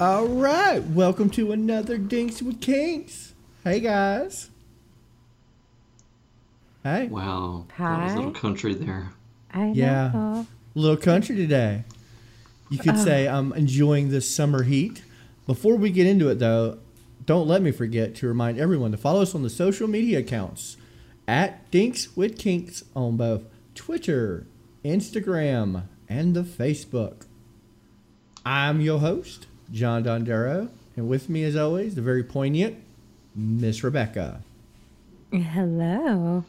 All right, welcome to another Dinks with Kinks. Hey guys. Hey, Wow. That was a little Hi. country there. I Yeah. know. little country today. You could say I'm enjoying this summer heat. Before we get into it though, don't let me forget to remind everyone to follow us on the social media accounts at Dinks with Kinks on both Twitter, Instagram, and the Facebook. I'm your host, John Dondero, and with me as always, the very poignant Miss Rebecca. Hello.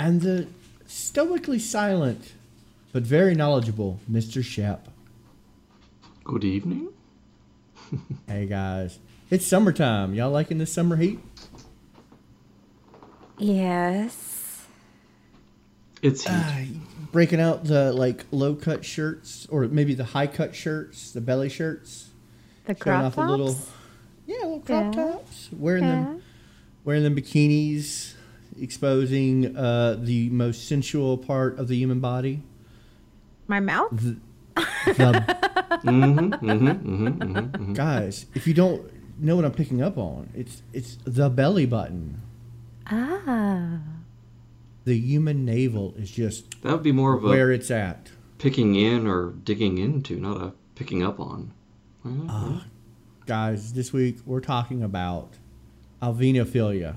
and the stoically silent but very knowledgeable Mr. Shep. Good evening. Hey guys, it's summertime. Y'all liking this summer heat? Yes. It's heat. Uh, Breaking out the like low cut shirts or maybe the high cut shirts, the belly shirts, The showing crop off tops. a little yeah, little crop Yeah. tops, wearing yeah. them wearing them bikinis, exposing uh, the most sensual part of the human body. My mouth. The hmm hmm hmm hmm guys, if you don't know what I'm picking up on, it's it's the belly button. Ah. the human navel is just That would be more of a where it's at. picking in or digging into, not a picking up on. Mhm. Guys, this week we're talking about alvenophilia.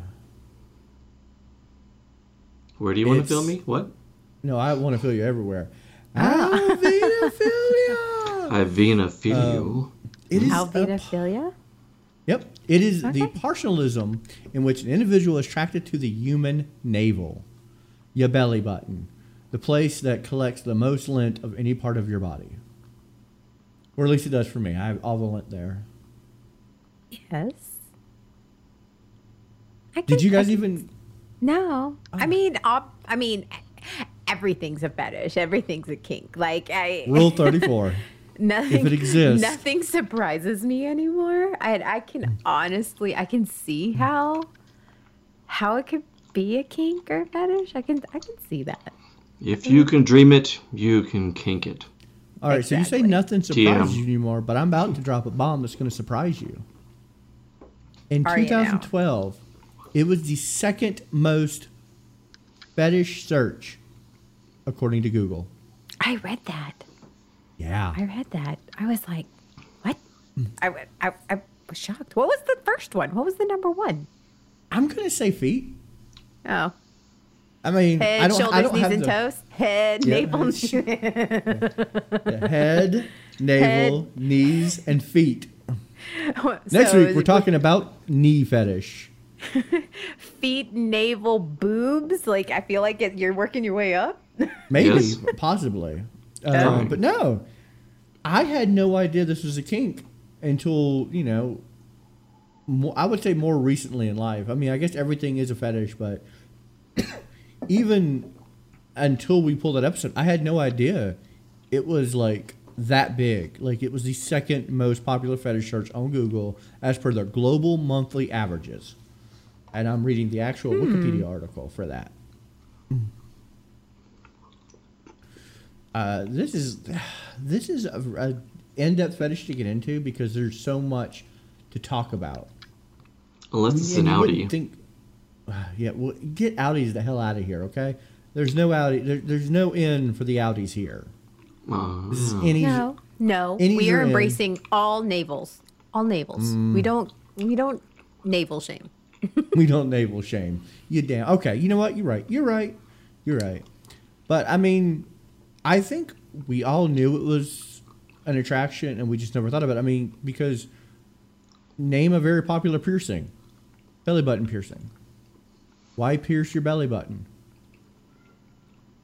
Where do you want to it's- fill me? What? No, I want to feel you everywhere. Alvenophilia! I Um, venophilia. It is a, Alvenophilia. yep, it is the Okay. partialism in which an individual is attracted to the human navel, your belly button, the place that collects the most lint of any part of your body. Or at least it does for me. I have all the lint there. Yes. I Did can- you I guys can- even Oh. No. I mean, op- I mean, everything's a fetish. Everything's a kink. Like I. rule 34? Nothing. it exists. Nothing surprises me anymore. I I can honestly I can Hmm. see how how it could be a kink or a fetish. I can I can see that. If you can dream it, you can kink it. All right, so you say Exactly. nothing surprises TM. you anymore, but I'm about to drop a bomb that's going to surprise you. In Are you now? 2012, it was the second most fetish search, according to Google. I read that. I Yeah. read that. I was like, what? Hmm. I, wa- I, I was shocked. What was the first one? What was the number one? I'm going to say feet. Oh. I mean, I Head, don't, I shoulders, don't knees, have and the, toes. Head, Yeah. navel, knees. the head, navel, knees, and feet. Next So week, is we're it talking about knee fetish. Feet, navel, boobs. Like, I feel like it, you're working your way up. Maybe, Yes. possibly. Uh, Yeah. but no, I had no idea this was a kink until, you know, more, I would say more recently in life. I mean, I guess everything is a fetish, but even until we pulled that episode, I had no idea it was like that big. Like, it was the second most popular fetish search on Google as per their global monthly averages. And I'm reading the actual Wikipedia article for that. Uh, this is this is a, a in-depth fetish to get into because there's so much to talk about. Unless it's an And you wouldn't Audi. Think, yeah, well, get Audis the hell out of here, okay? There's no Audi. There, there's no end for the Audis here. Ah. This is any. No, no. any We are year in. embracing all navels. All navels. Mm. We don't, we don't navel shame. we don't navel shame. You damn. Okay, you know what? You're right. You're right. You're right. But I mean, I think we all knew it was an attraction, and we just never thought about it. I mean, because name a very popular piercing, belly button piercing. Why pierce your belly button?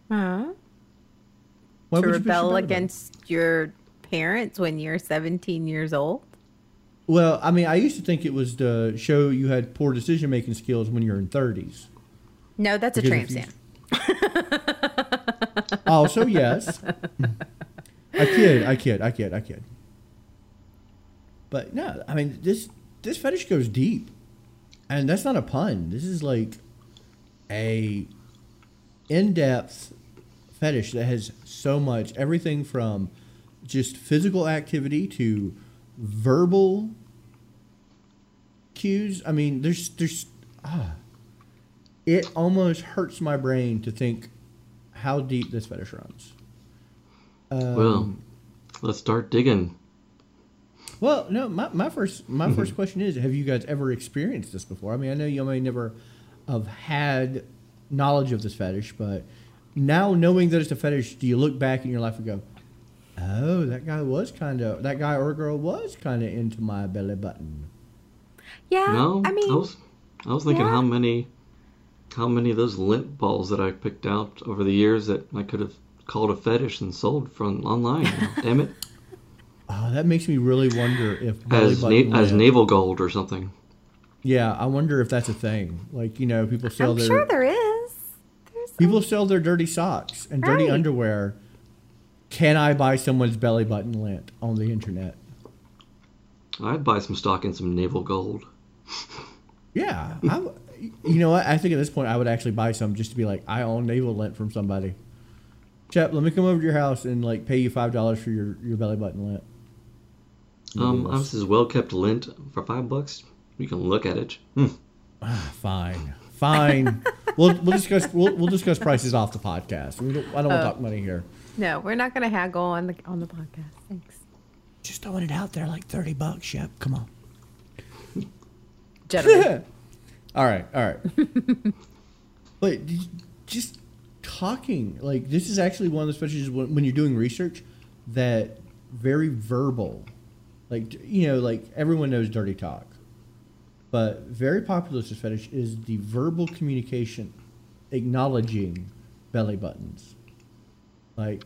Huh? Why would Oh, you to pierce your rebel belly button? against your parents when you're 17 years old? Well, I mean, I used to think it was to show you had poor decision making skills when you're in thirties. No, that's a Because tramp if you- stamp. Also, yes. I kid, I kid, I kid, I kid. But no, I mean this this fetish goes deep. And that's not a pun. This is like a in-depth fetish that has so much everything from just physical activity to verbal cues. I mean, there's there's ah, it almost hurts my brain to think how deep this fetish runs. Um, well, let's start digging. well, no, my, my first my first question is: Have you guys ever experienced this before? I mean, I know you may never have had knowledge of this fetish, but now knowing that it's a fetish, do you look back in your life and go, "Oh, that guy was kind of that guy or girl was kind of into my belly button." Yeah, No, Uh, I mean, was I was thinking yeah. how many how many of those lint balls that I picked out over the years that I could have called a fetish and sold from online. Damn it, Oh, that makes me really wonder if belly as na- button as lint- navel gold or something. Yeah, I wonder if that's a thing. Like you know, people sell I'm their sure there is. There's a- people sell their dirty socks and dirty Right. underwear. Can I buy someone's belly button lint on the internet? I'd buy some stock in some navel gold. Yeah, I w you know what? I think at this point I would actually buy some just to be like, I own navel lint from somebody. Chep, let me come over to your house and like pay you five dollars for your, your belly button lint. Um, I was this well kept lint for five bucks. You can look at it. Hmm. Fine, fine. we'll we'll discuss we'll, we'll discuss prices off the podcast. We don't, I don't want to talk money here. no, we're not gonna haggle on the on the podcast. Thanks, Just throwing it out there, like thirty bucks, Chep. Come on. gentlemen. all right, all right. but d- just talking, like this is actually one of the specialties when, when you're doing research that very verbal, like d- you know, like everyone knows dirty talk, but very popular with this fetish is the verbal communication, acknowledging belly buttons, like.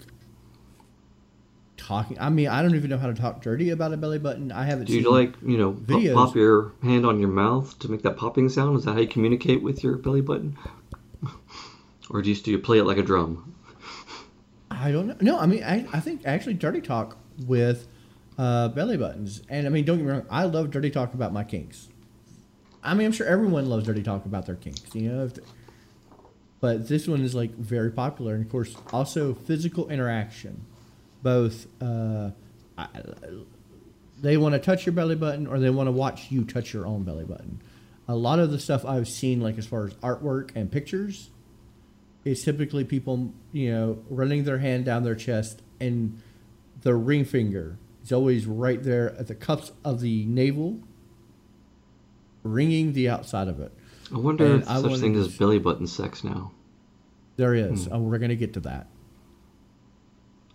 Talking. I mean, I don't even know how to talk dirty about a belly button. I haven't. Do you seen- like, you know, pop, videos. pop your hand on your mouth to make that popping sound? Is that how you communicate with your belly button? or do you, do you play it like a drum? I don't know. No, I mean, I, I think actually dirty talk with uh, belly buttons. And I mean, don't get me wrong, I love dirty talk about my kinks. I mean, I'm sure everyone loves dirty talk about their kinks, you know? If but this one is like very popular. And of course, also physical interaction. Both uh, I, they want to touch your belly button or they want to watch you touch your own belly button. A lot of the stuff I've seen, like as far as artwork and pictures, is typically people, you know, running their hand down their chest and the ring finger is always right there at the cups of the navel, ringing the outside of it. I wonder Man, if Uh, I such wanted thing to as s- belly button sex now. There is. Hmm. Oh, we're going to get to that.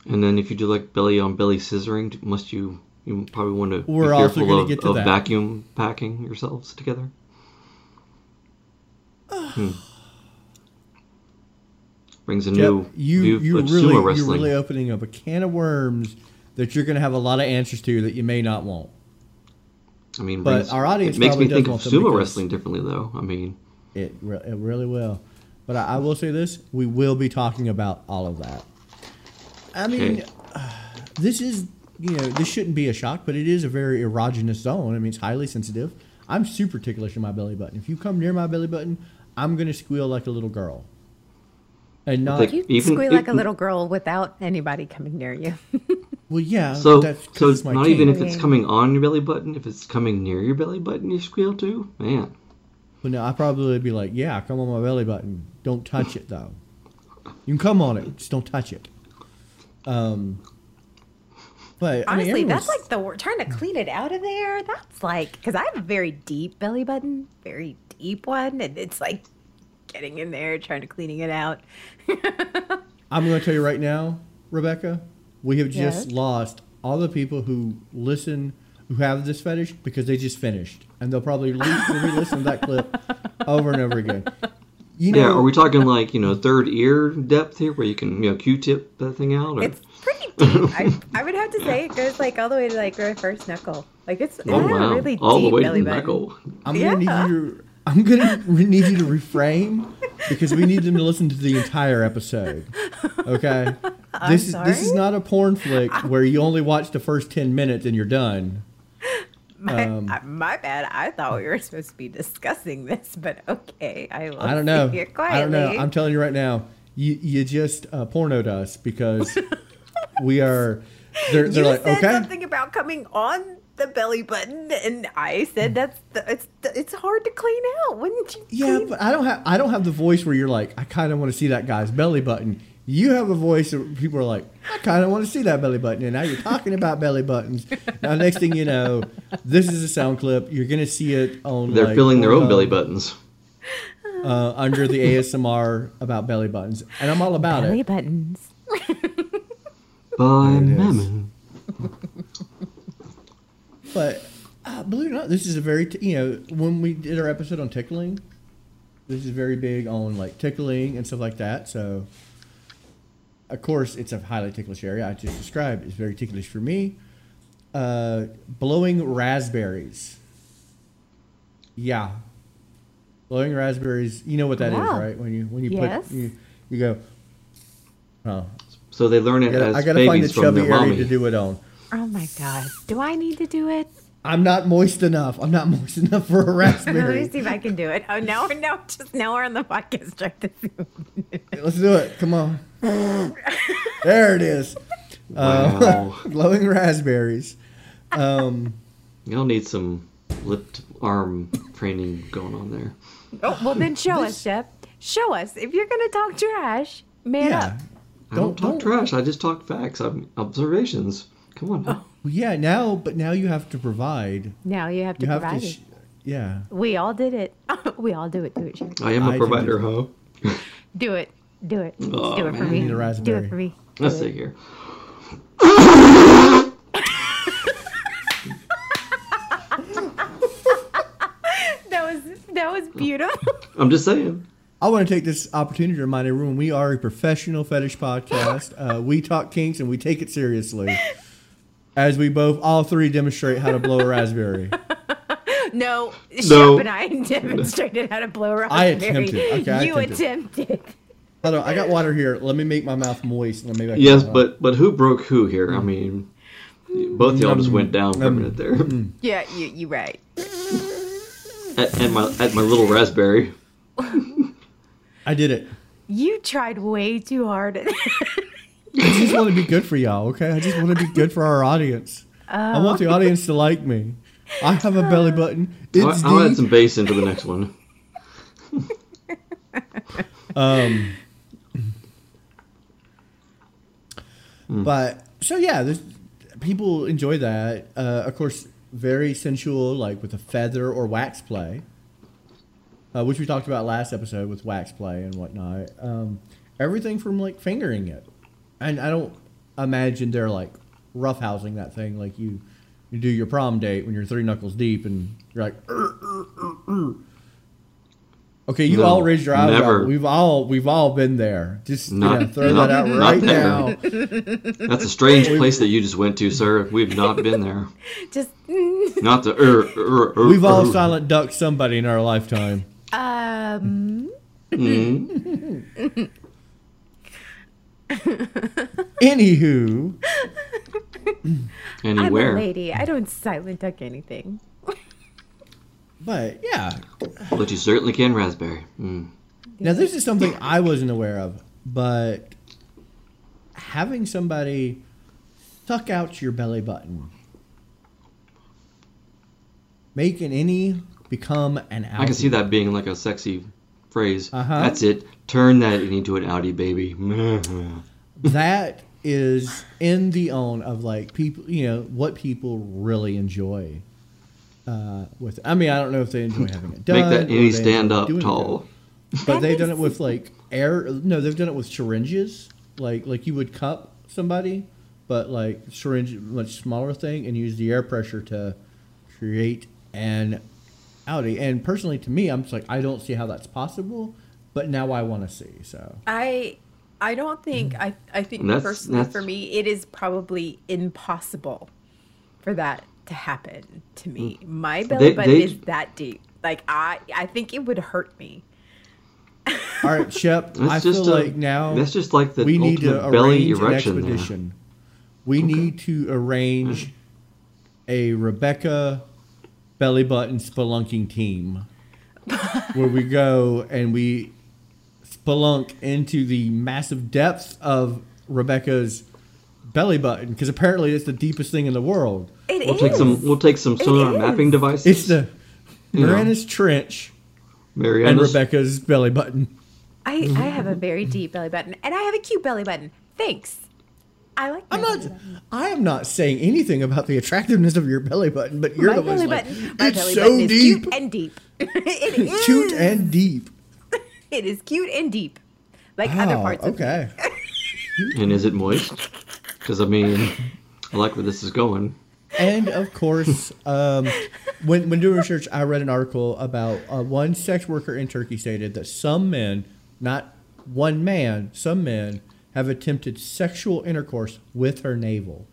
And then if you do like belly on belly scissoring, d- must you you probably want to We're be also careful gonna of, get to of that. vacuum packing yourselves together? Hmm. Brings a new Yep. you view you of really sumo you're wrestling. really opening up a can of worms that you're going to have a lot of answers to that you may not want. I mean, But brings- our audience it makes probably me think does want them of sumo because- wrestling differently, though. I mean, It re- it really will. But I, I will say this: we will be talking about all of that. I mean, Okay. this is you know this shouldn't be a shock, but it is a very erogenous zone. I mean, it's highly sensitive. I'm super ticklish in my belly button. If you come near my belly button, I'm gonna squeal like a little girl, and not think- you Even- squeal like a even- little girl without anybody coming near you. well, yeah. so that's 'cause so it's my not kink. even if it's Yeah. coming on your belly button, if it's coming near your belly button, you squeal too. Man, But no, I probably would be like, yeah, come on my belly button. Don't touch it though. You can come on it, just don't touch it. Um, but I mean, Honestly, that's everyone's- like the wor- trying to clean it out of there. That's like because I have a very deep belly button, very deep one, and it's like getting in there trying to cleaning it out. I'm going to tell you right now, Rebecca, we have just Yes? lost all the people who listen who have this fetish because they just finished, and they'll probably re- re-listen to that clip over and over again. You know, yeah. Are we talking like you know third ear depth here, where you can you know Q-tip that thing out? Or, It's pretty deep. I, I would have to say it goes like all the way to like my first knuckle. Like it's I oh have a wow, really all the deep way to belly the button. knuckle. I'm Yeah. gonna need you. To, I'm gonna re- need you to reframe because we need them to listen to the entire episode. Okay. This is this is sorry? not a porn flick where you only watch the first ten minutes and you're done. My, Um, I- my bad. I thought we were supposed to be discussing this, but okay. I will. I don't know. sit Here I don't quietly. know. I'm telling you right now, you you just uh, pornoed us because we are. They're, they're you like said okay. something about coming on the belly button, and I said that's the, it's the, it's hard to clean out. Wouldn't you? Mm. Yeah, clean- but I don't have I don't have the voice where you're like, I kind of want to see that guy's belly button. You have a voice where people are like, I kind of want to see that belly button, and now you're talking about belly buttons. Now, next thing you know, this is a sound clip. You're gonna see it on. They're like, filling their own Pornhub, belly buttons. uh, under the ASMR about belly buttons, and I'm all about belly it. buttons. By There it is. Mammon. But uh, believe it or not, this is a very t- you know when we did our episode on tickling, this is very big on like tickling and stuff like that. So, of course, it's a highly ticklish area. I just described It's very ticklish for me. Uh, blowing raspberries. Yeah, blowing raspberries. You know what that is, Wow. right? When you when you Yes. put you you go. Oh, So they learn I it gotta, I as gotta find the babies from chubby their area mommy. to do it on. Oh my god, do I need to do it? I'm not moist enough. I'm not moist enough for a Let me raspberry. see if I can do it. Oh no, no, just now we're on the podcast. Try to do it. Let's do it. Come on. there it is. Uh, Wow. glowing raspberries. Um, Y'all need some lift arm training going on there. Oh, well, then show us, Shep. Show us if you're gonna talk trash. Man up. yeah. I don't, Don't- talk don't- trash. I just talk facts. I'm observations. Come on. Oh. now. Well, yeah. Now, but now you have to provide. Now you have to You have provide to. it. Sh- yeah. we all did it. we all do it. Do it, Shep. I am a I do provider, this. huh? Do it. Do it. Just Oh, do it for man. I need a me. Do raspberry. it for me. Let's see here. That was that was beautiful. I'm just saying. I want to take this opportunity to remind everyone we are a professional fetish podcast. Uh, we talk kinks and we take it seriously. As we both, all three, demonstrate how to blow a raspberry. No, No. Shep and I demonstrated how to blow a I raspberry. attempted. Okay, I you attempted. attempted. Hold on, I got water here. Let me make my mouth moist. and Maybe I can Yes, uh, but but who broke who here? I mean, both y'all Mm. just went down for a minute there. Yeah, you you right. At, at my at my little raspberry. I did it. You tried way too hard. at- I just want to be good for y'all, okay? I just want to be good for our audience. I want the audience to like me. I have a belly button. I'll, It's I'll add deep. some bass into the next one. Um, Mm. But so yeah, there's, people enjoy that. Uh, of course, very sensual, like with a feather or wax play, uh, which we talked about last episode with wax play and whatnot. Um, everything from like fingering it, and I don't imagine they're like roughhousing that thing like you. You do your prom date when you're three knuckles deep and you're like, "Er, er, er, er." okay, you No, all raised your eyebrow. never. We've all we've all been there. Just you Not- know, throw not- that out not right there. now. That's a strange place that you just went to, sir. We've not been there. Just Not the. Er, er, er, We've all er. silent ducked somebody in our lifetime. Hmm. um. Mm. Anywho, I'm a Anywhere. lady. I don't silent duck anything. but yeah. But you certainly can raspberry. Mm. Now this is something I wasn't aware of, but having somebody suck out your belly button, making any become an I can see outie. that being like a sexy phrase. Uh-huh. That's it. Turn that into an Audi, baby. Uh, That's that is in the own of like people you know what people really enjoy uh with i mean i don't know if they enjoy having it done Make that or they any stand enjoy up doing it tall. done. but they've done it with like air no they've done it with syringes like like you would cup somebody but like syringe much smaller thing and use the air pressure to create an outie and personally to me i'm just like i don't see how that's possible but now i want to see so I I don't think I I think That's- personally that's- for me it is probably impossible for that to happen to me. My Mm. belly They- button they- is that deep. Like I I think it would hurt me. all right shep That's i just feel a- like now That's just like the we need to ultimate belly arrange an erection. there. expedition. We need to arrange a Rebecca belly button spelunking team where we go and we spelunk into the massive depths of Rebecca's belly button because apparently it's the deepest thing in the world. It We'll take some. is. We'll take some sonar is. mapping devices. It's the Yeah. Mariana's Trench and Mariana's Rebecca's belly button. I, Mm-hmm. I have a very deep belly button, and I have a cute belly button. Thanks. I like. I'm my not. belly button. I am not saying anything about the attractiveness of your belly button, but you're My the one belly who's like, button. My it's belly so button is deep, cute and deep. it is cute and deep. It is cute and deep, like other Wow, parts. Of okay. and is it moist? Because I mean, I like where this is going. and of course, um, when when doing research, I read an article about uh, one sex worker in Turkey stated that some men, not one man, some men have attempted sexual intercourse with her navel.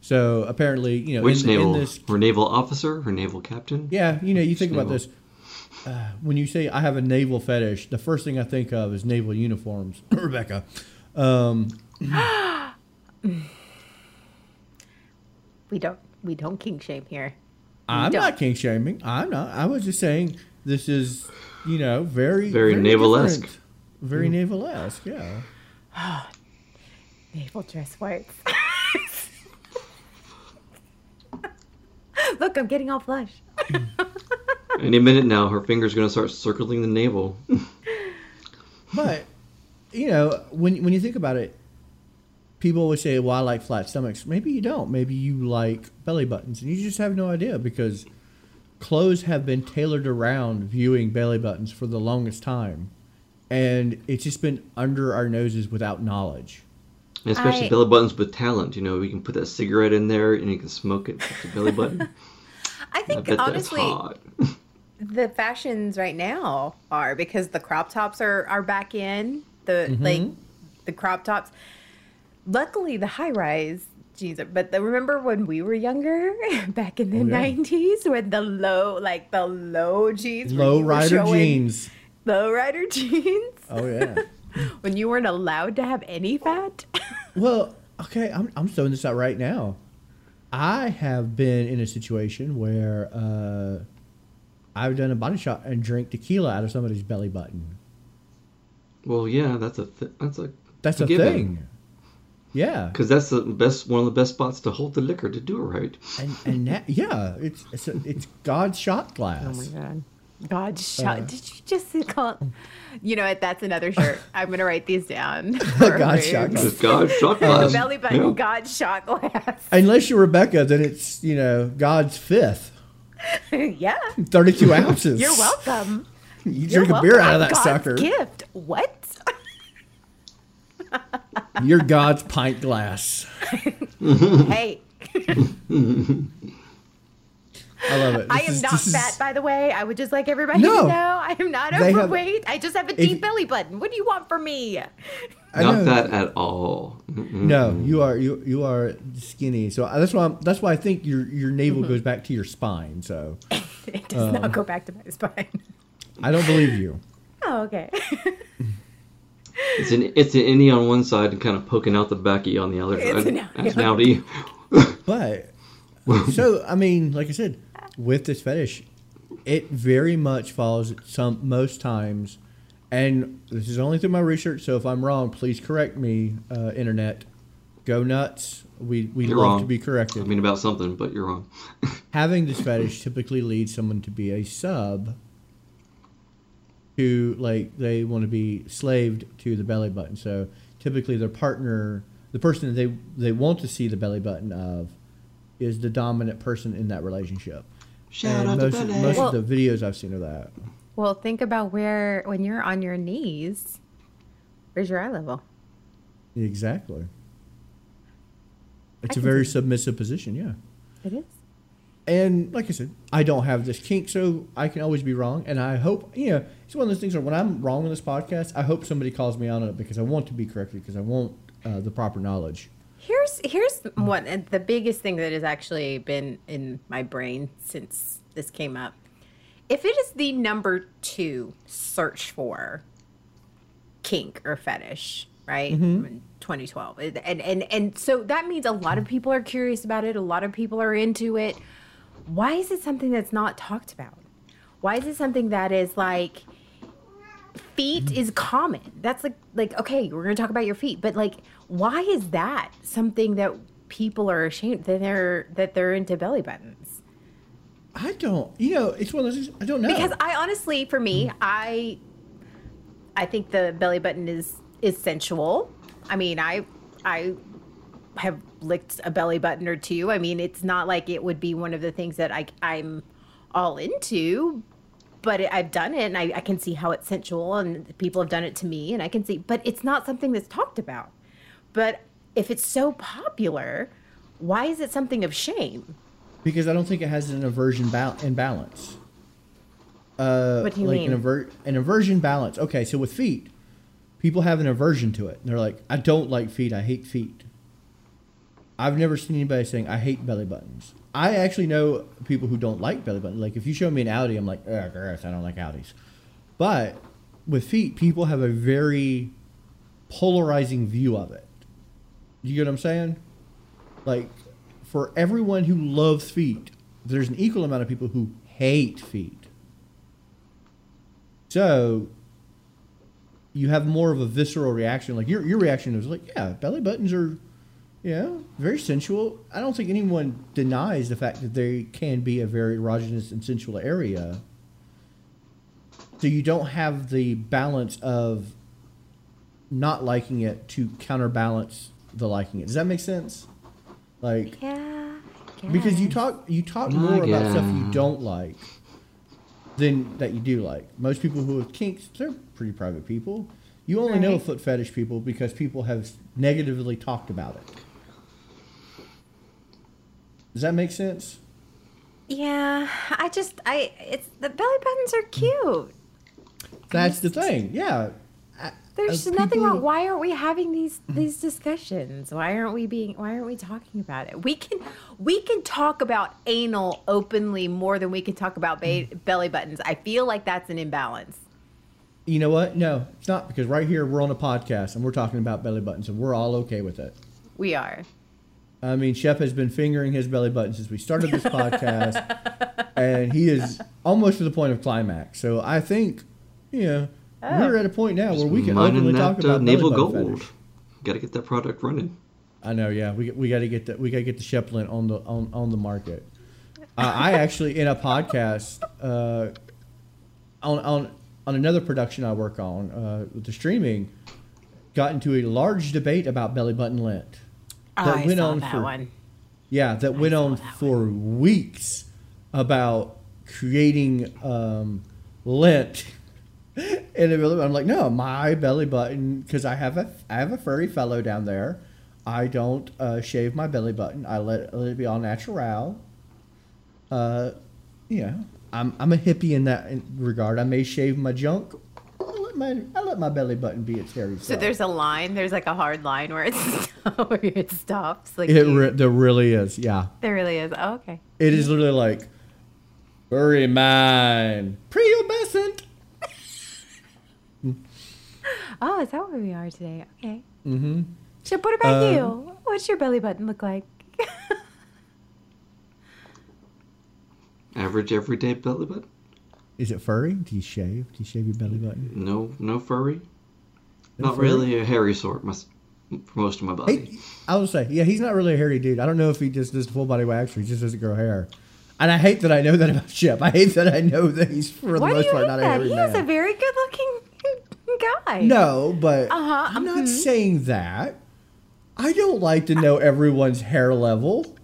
So apparently, you know, Which in, in naval? this, Her naval officer? Her naval captain? yeah, you know, you think about navel? this. Uh, when you say I have a naval fetish, the first thing I think of is naval uniforms. Rebecca, um, We don't. We don't king shame here. I'm don't. not king shaming. I'm not. I was just saying this is, you know, very Very naval-esque. Mm-hmm. different. Very naval esque, yeah. Naval dress whites. Look, I'm getting all flush. Any minute now, her finger's gonna start circling the navel. But you know, when when you think about it, people always say, "Well, I like flat stomachs." Maybe you don't. Maybe you like belly buttons, and you just have no idea because clothes have been tailored around viewing belly buttons for the longest time, and it's just been under our noses without knowledge. And especially I- belly buttons with talent. You know, we can put that cigarette in there and you can smoke it with the belly button. I I think bet honestly, that's hot. the fashions right now are because the crop tops are are back in the Mm-hmm. like the crop tops. Luckily, the high rise jeans. Are, but the, remember when we were younger, back in the Oh, yeah. nineties, when the low like the low jeans, when Low you were rider showing jeans. low rider jeans, Oh yeah. when you weren't allowed to have any fat. Well, okay, I'm I'm throwing this out right now. I have been in a situation where uh, I've done a body shot and drank tequila out of somebody's belly button. Well, yeah, that's a th- that's a That's a given. thing. Yeah, Because that's the best one of the best spots to hold the liquor to do it right. and and that, yeah, it's it's, a, it's God's shot glass. Oh god. God shot. did you just call it? You know what? That's another shirt. I'm going to write these down. for God Rube. shot glass. Because God Um, shot The glass. belly button, Um, Yeah. God shot glass. Unless you're Rebecca, then it's you know God's fifth, yeah. thirty-two ounces. You're welcome. You You're drink a beer welcome. out of I'm that God's sucker. gift. What? You're God's pint glass. hey, I love it. I This am is- not this is- fat, by the way. I would just like everybody No. to know I am not They have- overweight. I just have a deep belly button. What do you want from me? I know. Not that at all. Mm-mm. No, you are you you are skinny. So uh, that's why I'm, that's why I think your your navel goes back to your spine. So It does Uh. not go back to my spine. I don't believe you. Oh, okay. It's an it's an innie on one side and kind of poking out the backy on the other It's side. an outie. That's an outie. But so I mean, like I said, with this fetish, it very much follows some most times, and this is only through my research. So if I'm wrong, please correct me, uh, internet. Go nuts. We we You're love wrong. to be corrected. I mean about something, but you're wrong. having this fetish typically leads someone to be a sub who like they want to be slaved to the belly button so typically their partner the person that they they want to see the belly button of is the dominant person in that relationship Shout out to most, Bella. most of the videos i've seen of that Well, think about where when you're on your knees, where's your eye level? exactly it's a can very see. submissive position yeah It is. And like I said, I don't have this kink, so I can always be wrong. And I hope, you know, it's one of those things where when I'm wrong on this podcast, I hope somebody calls me on it because I want to be corrected because I want uh, the proper knowledge. Here's here's what and the biggest thing that has actually been in my brain since this came up. If it is the number two search for kink or fetish, right? in 2012. And, and and and so that means a lot of people are curious about it, a lot of people are into it. Why is it something that's not talked about? Why is it something that is like feet is common. That's like like okay, we're gonna talk about your feet, but like why is that something that people are ashamed that they're that they're into belly buttons? I don't. You know, it's one of those. I don't know. Because I honestly, for me, I I think the belly button is is sensual. I mean, I I have licked a belly button or two. I mean, it's not like it would be one of the things that I I'm all into, but it, I've done it and I, I can see how it's sensual and people have done it to me and I can see, but it's not something that's talked about. But if it's so popular, why is it something of shame? because I don't think it has an aversion bal- imbalance. Uh, What do you like mean? An, aver- an aversion balance. Okay, so with feet, people have an aversion to it. And they're like, I don't like feet. I hate feet. I've never seen anybody saying I hate belly buttons. I actually know people who don't like belly buttons. Like if you show me an Audi, I'm like, ugh, gross, I don't like Audis. But with feet, people have a very polarizing view of it. You get what I'm saying? Like for everyone who loves feet, there's an equal amount of people who hate feet. So you have more of a visceral reaction. Like your your reaction was like, yeah, belly buttons are, yeah, very sensual. I don't think anyone denies the fact that they can be a very erogenous and sensual area. So you don't have the balance of not liking it to counterbalance the liking it. Does that make sense? Like Yeah. because you talk you talk I more about stuff you guess. don't like than that you do like. Most people who have kinks, they're pretty private people. You only know Right. foot fetish people because people have negatively talked about it. Does that make sense? Yeah, I just I it's the belly buttons are cute. That's the thing. Yeah. I- There's as nothing Oh, people- Mm-hmm. wrong. Why aren't we having these these discussions? Why aren't we being why aren't we talking about it? We can we can talk about anal openly more than we can talk about ba- Mm-hmm. belly buttons. I feel like that's an imbalance. You know what? No, it's not because right here we're on a podcast and we're talking about belly buttons and we're all okay with it. We are. I mean, Shep has been fingering his belly button since we started this podcast, and he is almost to the point of climax. So I think, you know, we're at a point now where we can Mining openly talk that uh, about naval belly gold. button fetish. Got to get that product running. I know, yeah. We, we got to get the we got to get the Sheplin on the on, on the market. Uh, I actually in a podcast uh, on on on another production I work on uh, with the streaming, got into a large debate about belly button lint. That went on for- Yeah, that went on for weeks about creating um, lint. And it really- I'm like, no, my belly button, because I have a I have a furry fellow down there. I don't uh, shave my belly button. I let, let it be all natural. Uh, yeah, I'm I'm a hippie in that regard. I may shave my junk. I let my I let my belly button be its hairy. So self. there's a line. There's like a hard line where it's where it stops. Like it. you- Re- there really is. Yeah. there really is. Oh, okay. It is literally like, bury mine, prepubescent. Oh, is that where we are today? Okay. Mm-hmm. So what about Um, you? What's your belly button look like? Average everyday belly button. Is it furry? Do you shave? Do you shave your belly button? No, no furry. No Not furry? really a hairy sort. My, s- for most of my body. Hey, I would say, yeah, he's not really a hairy dude. I don't know if he just does full body wax or he just doesn't grow hair. And I hate that I know that about Chip. I hate that I know that he's for the Why do most you part think not a that? hairy He man. is a very good looking guy. no, but Uh-huh, I'm not saying that. I don't like to know everyone's hair level.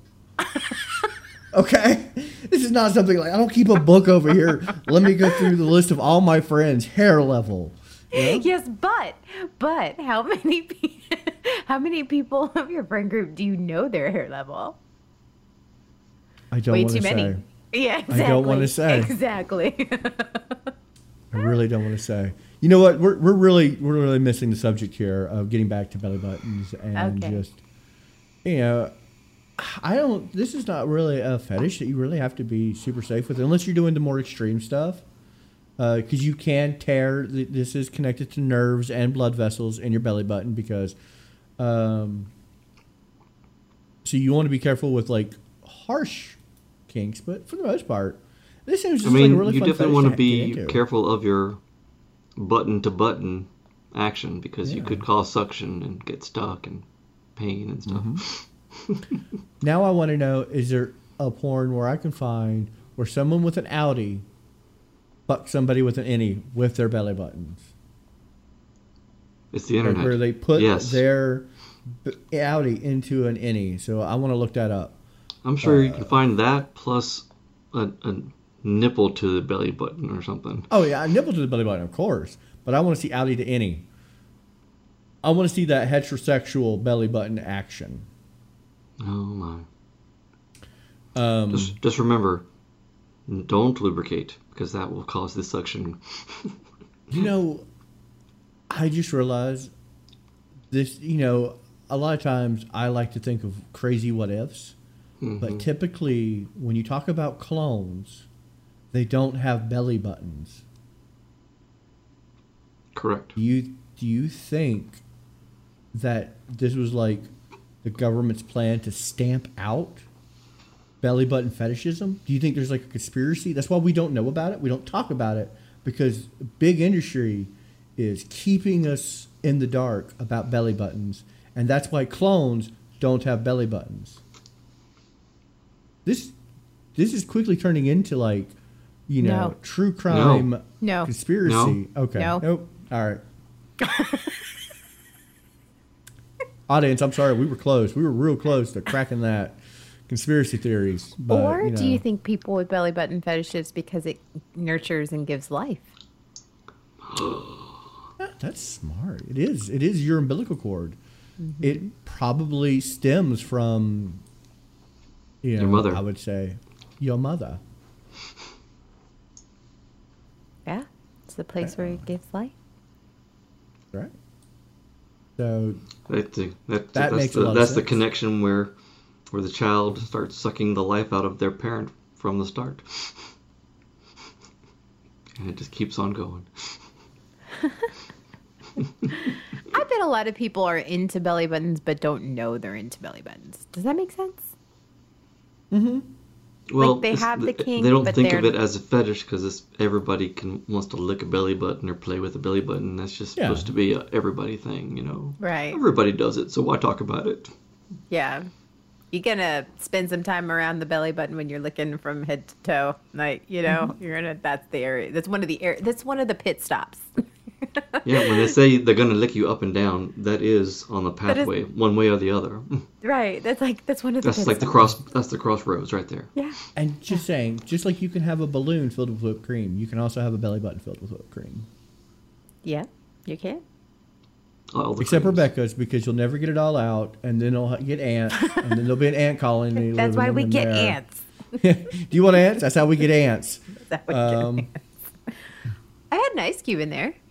Okay? This is not something like I don't keep a book over here. Let me go through the list of all my friends' hair level. Yes, but but how many pe- how many people of your friend group do you know their hair level? I don't Way want too to say. many. Yeah, I exactly. don't wanna say. Exactly. I really don't want to say. You know what? We're, we're really we're really missing the subject here of getting back to belly buttons and Okay. just you know I don't this is not really a fetish that you really have to be super safe with unless you're doing the more extreme stuff. Because you can tear. th- This is connected to nerves and blood vessels in your belly button. Because, um, so you want to be careful with like harsh kinks. But for the most part, this seems I just like mean, a really you fun definitely want to be get into. careful of your button to button action because you could cause suction and get stuck and pain and stuff. Mm-hmm. Now I want to know: Is there a porn where I can find where someone with an Audi bucks somebody with an innie with their belly buttons, It's the Like, internet. where they put Mm-hmm. yes. their b- Audi into an innie? So I want to look that up. I'm sure uh, you can find that plus a, a nipple to the belly button or something. Oh yeah, I nipple to the belly button, of course, but I want to see Audi to innie. I want to see that heterosexual belly button action. Oh my. Um, Just, just remember, don't lubricate because that will cause the suction. You know, I just realized this, you know, a lot of times I like to think of crazy what ifs, but typically when you talk about clones, they don't have belly buttons. Correct. Do you do you think that this was like the government's plan to stamp out belly button fetishism? Do you think there's like a conspiracy? That's why we don't know about it. We don't talk about it because big industry is keeping us in the dark about belly buttons, and that's why clones don't have belly buttons. This this is quickly turning into like you know No. true crime No. conspiracy. Okay. No. Nope. All right. Audience, I'm sorry, we were close. We were real close to cracking that conspiracy theories. But, or you know, do you think people with belly button fetishes because it nurtures and gives life? that's smart? It is. It is your umbilical cord. Mm-hmm. It probably stems from you know, Your mother. I would say your mother. Yeah, it's the Uh, place where it gives life. Right. So That, that, that, That that's makes a the, lot of that's the sense. connection where where the child starts sucking the life out of their parent from the start. And it just keeps on going. I bet a lot of people are into belly buttons but don't know they're into belly buttons. Does that make sense? Well, they it's- have the kink, They don't but think of they're- it as a fetish because everybody can wants to lick a belly button or play with a belly button. That's just Yeah. supposed to be a everybody thing, you know. Right. Everybody does it, so why talk about it? Yeah. You're gonna spend some time around the belly button when you're licking from head to toe. Like, you know, you're gonna that's the area that's one of the air that's one of the pit stops. Yeah, when they say they're gonna lick you up and down, that is on the is- pathway, one way or the other. right. That's like that's one of the That's pit like the stops. cross. That's the crossroads right there. Yeah. and just saying, just like you can have a balloon filled with whipped cream, you can also have a belly button filled with whipped cream. Yeah. You can. All the Except creams. Rebecca's, because you'll never get it all out, and then they'll get ants, and then there'll be an ant colony. That's living why in we get there. ants. Do you want ants? That's how we get ants. That's why we get Um, I had an ice cube in there.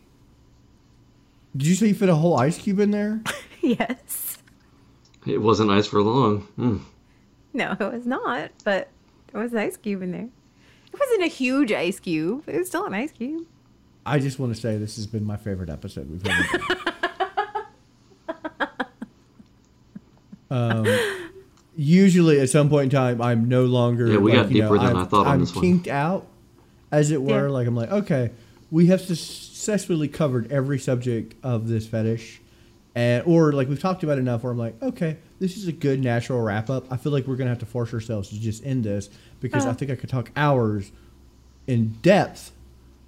did you say you fit a whole ice cube in there? yes. It wasn't nice for long. Mm. No, it was not, but there was an ice cube in there. It wasn't a huge ice cube. It was still an ice cube. I just want to say this has been my favorite episode we've had. um, usually, at some point in time, I'm no longer. Yeah, we like, got you know, deeper than I'm- I thought on I'm this one. kinked out, as it were. Yeah. Like I'm like, okay, we have successfully covered every subject of this fetish, and or like we've talked about enough. Where I'm like, okay, this is a good natural wrap up. I feel like we're gonna have to force ourselves to just end this because I think I could talk hours in depth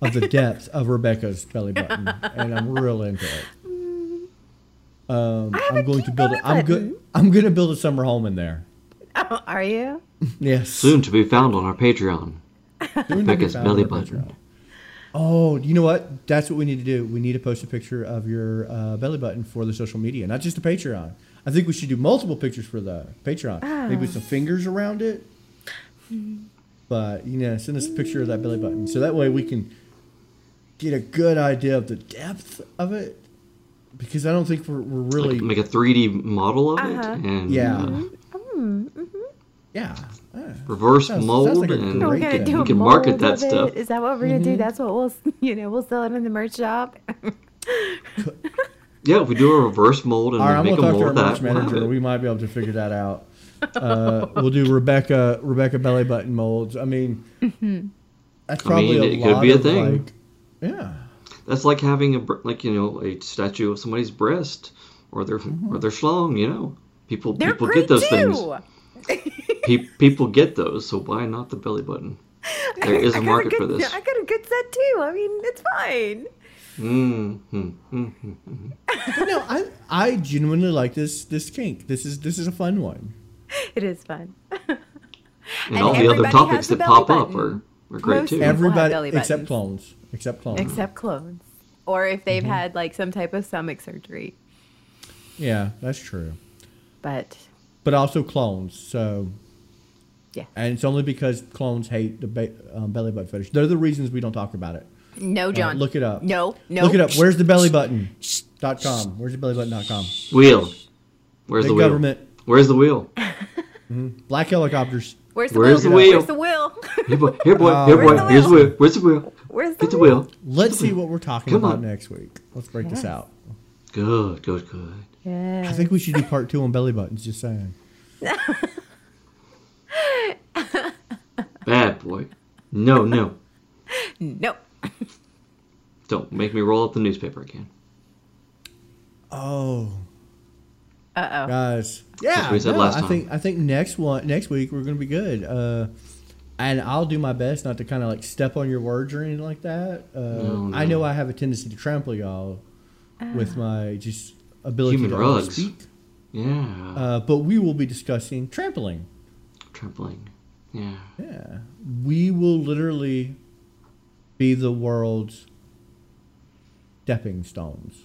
of the depth of Rebecca's belly button, and I'm real into it. Um, Mm. have I'm a going cute to build. belly A, I'm good. button. I'm going to build a summer home in there. Oh, are you? Yes, Soon to be found on our Patreon. Soon to be Rebecca's found belly on the button. Patreon. Oh, you know what? That's what we need to do. We need to post a picture of your uh, belly button for the social media, not just a Patreon. I think we should do multiple pictures for the Patreon, maybe with some fingers around it. But you know, send us a picture of that belly button, so that way we can get a good idea of the depth of it. Because I don't think we're, we're really, Make a 3D model of Uh-huh. it and Yeah. uh, yeah. Uh, reverse Sounds- sounds mold like a and great We're we idea. gonna can, idea. do we a can mold market that of it. stuff. Mm-hmm. Is that what we're gonna do? That's what we'll, you know, we'll sell it in the merch shop. Yeah, if we do a reverse mold and All right, I'm we gonna make a talk to mold our of that, merch we'll have manager. it. We might be able to figure that out. Uh, we'll do Rebecca Rebecca belly button molds. I mean, that's Mm-hmm. I mean, probably it a lot could be a of thing. like, yeah. that's like having a br- like you know a statue of somebody's breast or their Mm-hmm. or their schlong. You know, people They're people get great those too. things. Pe- people get those, so why not the belly button? There is I a got market good, for this. I got a good set too. I mean, it's fine. Mm, mm, mm, mm. no, I I genuinely like this this kink. This is this is a fun one. It is fun. And, And all the other everybody topics has a that belly pop up button. are, are great Most too. every- Everybody belly except buttons. clones, except clones. Except clones. Or if they've Mm-hmm. had like some type of stomach surgery. yeah, that's true. But But also clones. So yeah. and it's only because clones hate the ba- um, belly button fetish. They're the reasons we don't talk about it. No, Uh, John. look it up. No, no. Look it up. Where's the belly button? dot com. Where's the belly button dot com? wheel. Where's The, the wheel? government. Where's the wheel? Black helicopters. Where's the Where's wheel? the wheel? Where's the wheel? Here, boy. Here, boy. Uh, here, Where's boy. the Here's the wheel? wheel. Where's the wheel? Where's the Get the wheel? wheel. Let's see what we're talking Come about on. next week. Let's break this out. Good, good, good. Yeah. I think we should do part two on belly buttons. Just saying. Bad boy. No, no. No. Don't make me roll up the newspaper again. Oh, Uh oh. guys. Yeah. we said no, last I time. think I think next one next week we're gonna be good. Uh, and I'll do my best not to kind of like step on your words or anything like that. Uh, No, I no. know I have a tendency to trample y'all with my just ability Human to only rugs. speak. Yeah. Uh, but we will be discussing trampling. Trampling. Yeah. Yeah. We will literally be the world's stepping stones.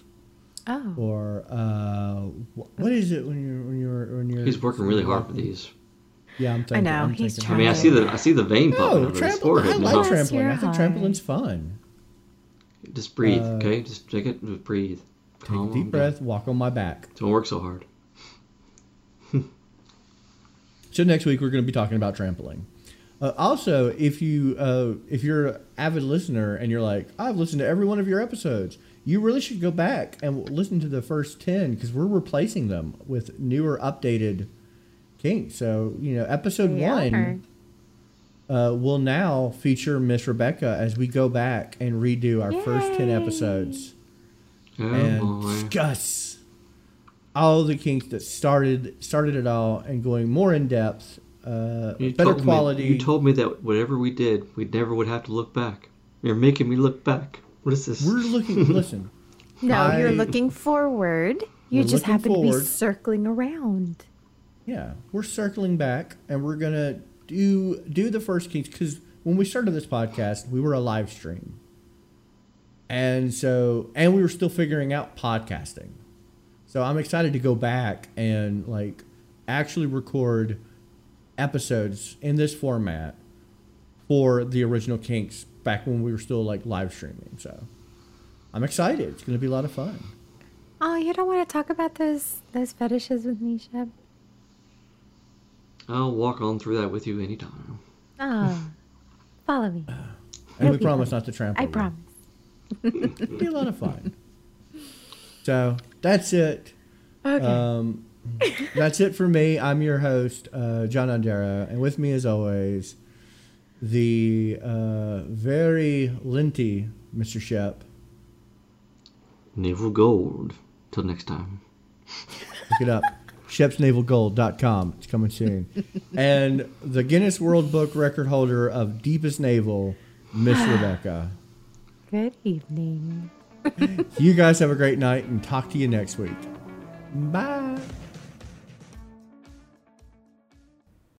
Oh. Or uh, wh- what is it when you're when you're when you're? He's working really hard for these. Yeah, I'm thinking. know, I'm he's thinking. I mean, I see the I see the vein popping No, over his trampling. I like forehead. now. Bless trampling. your I think heart. trampling's fun. Just breathe, Uh, okay? Just take it. Just breathe. Take Calm a deep down. breath. Walk on my back. Don't work so hard. So next week we're going to be talking about trampling. Uh, also, if you uh, if you're an avid listener and you're like, I've listened to every one of your episodes, you really should go back and listen to the first ten because we're replacing them with newer, updated kinks. So you know, episode Yeah. one uh, will now feature Miss Rebecca as we go back and redo our first ten Yay. episodes Oh and boy. discuss all the kinks that started started it all and going more in depth, uh, You better told me- quality. you told me that whatever we did, we never would have to look back. You're making me look back. What is this? We're looking. listen, No, I- you're looking forward. You We're just looking happen to forward. be circling around. yeah, we're circling back, and we're gonna do do the first kinks because when we started this podcast, we were a live stream, and so and we were still figuring out podcasting. So I'm excited to go back and like actually record episodes in this format for the original kinks back when we were still like live streaming. So I'm excited. It's gonna be a lot of fun. Oh, you don't want to talk about those those fetishes with me, Shep? I'll walk on through that with you anytime. Oh, follow me. And we Okay. promise not to trample. I you. promise. It'd be a lot of fun. So that's it. Okay. Um, that's it for me. I'm your host, uh, John Andera, and with me, as always, the uh, very linty Mr. Shep. Naval Gold. Till next time. Look it up. ShepsNavalGold.com. It's coming soon. And the Guinness World Book record holder of deepest navel, Miss Rebecca. Good evening. You guys have a great night, and talk to you next week. Bye.